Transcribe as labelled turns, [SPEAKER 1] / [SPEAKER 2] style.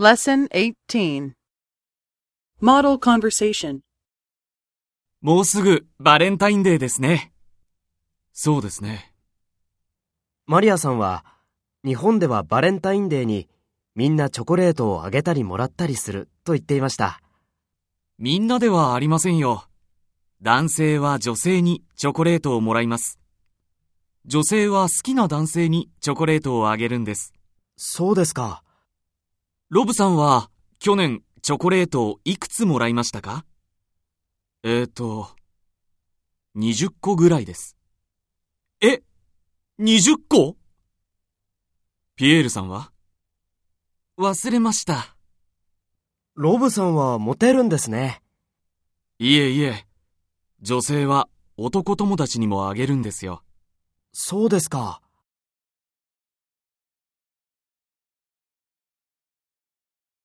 [SPEAKER 1] Lesson 18 Model Conversation
[SPEAKER 2] もうすぐバレンタインデーですね。そうですね。
[SPEAKER 3] マリアさんは日本ではバレンタインデーにみんなチョコレートをあげたりもらったりすると言っていました。
[SPEAKER 2] みんなではありませんよ。男性は女性にチョコレートをもらいます。女性は好きな男性にチョコレートをあげるんです。
[SPEAKER 3] そうですか。
[SPEAKER 2] ロブさんは去年チョコレートをいくつもらいましたかえーと、20個ぐらいです。え ?20 個ピエールさんは忘れました。
[SPEAKER 3] ロブさんはモテるんですね。
[SPEAKER 2] いえいえ、女性は男友達にもあげるんですよ。
[SPEAKER 3] そうですか。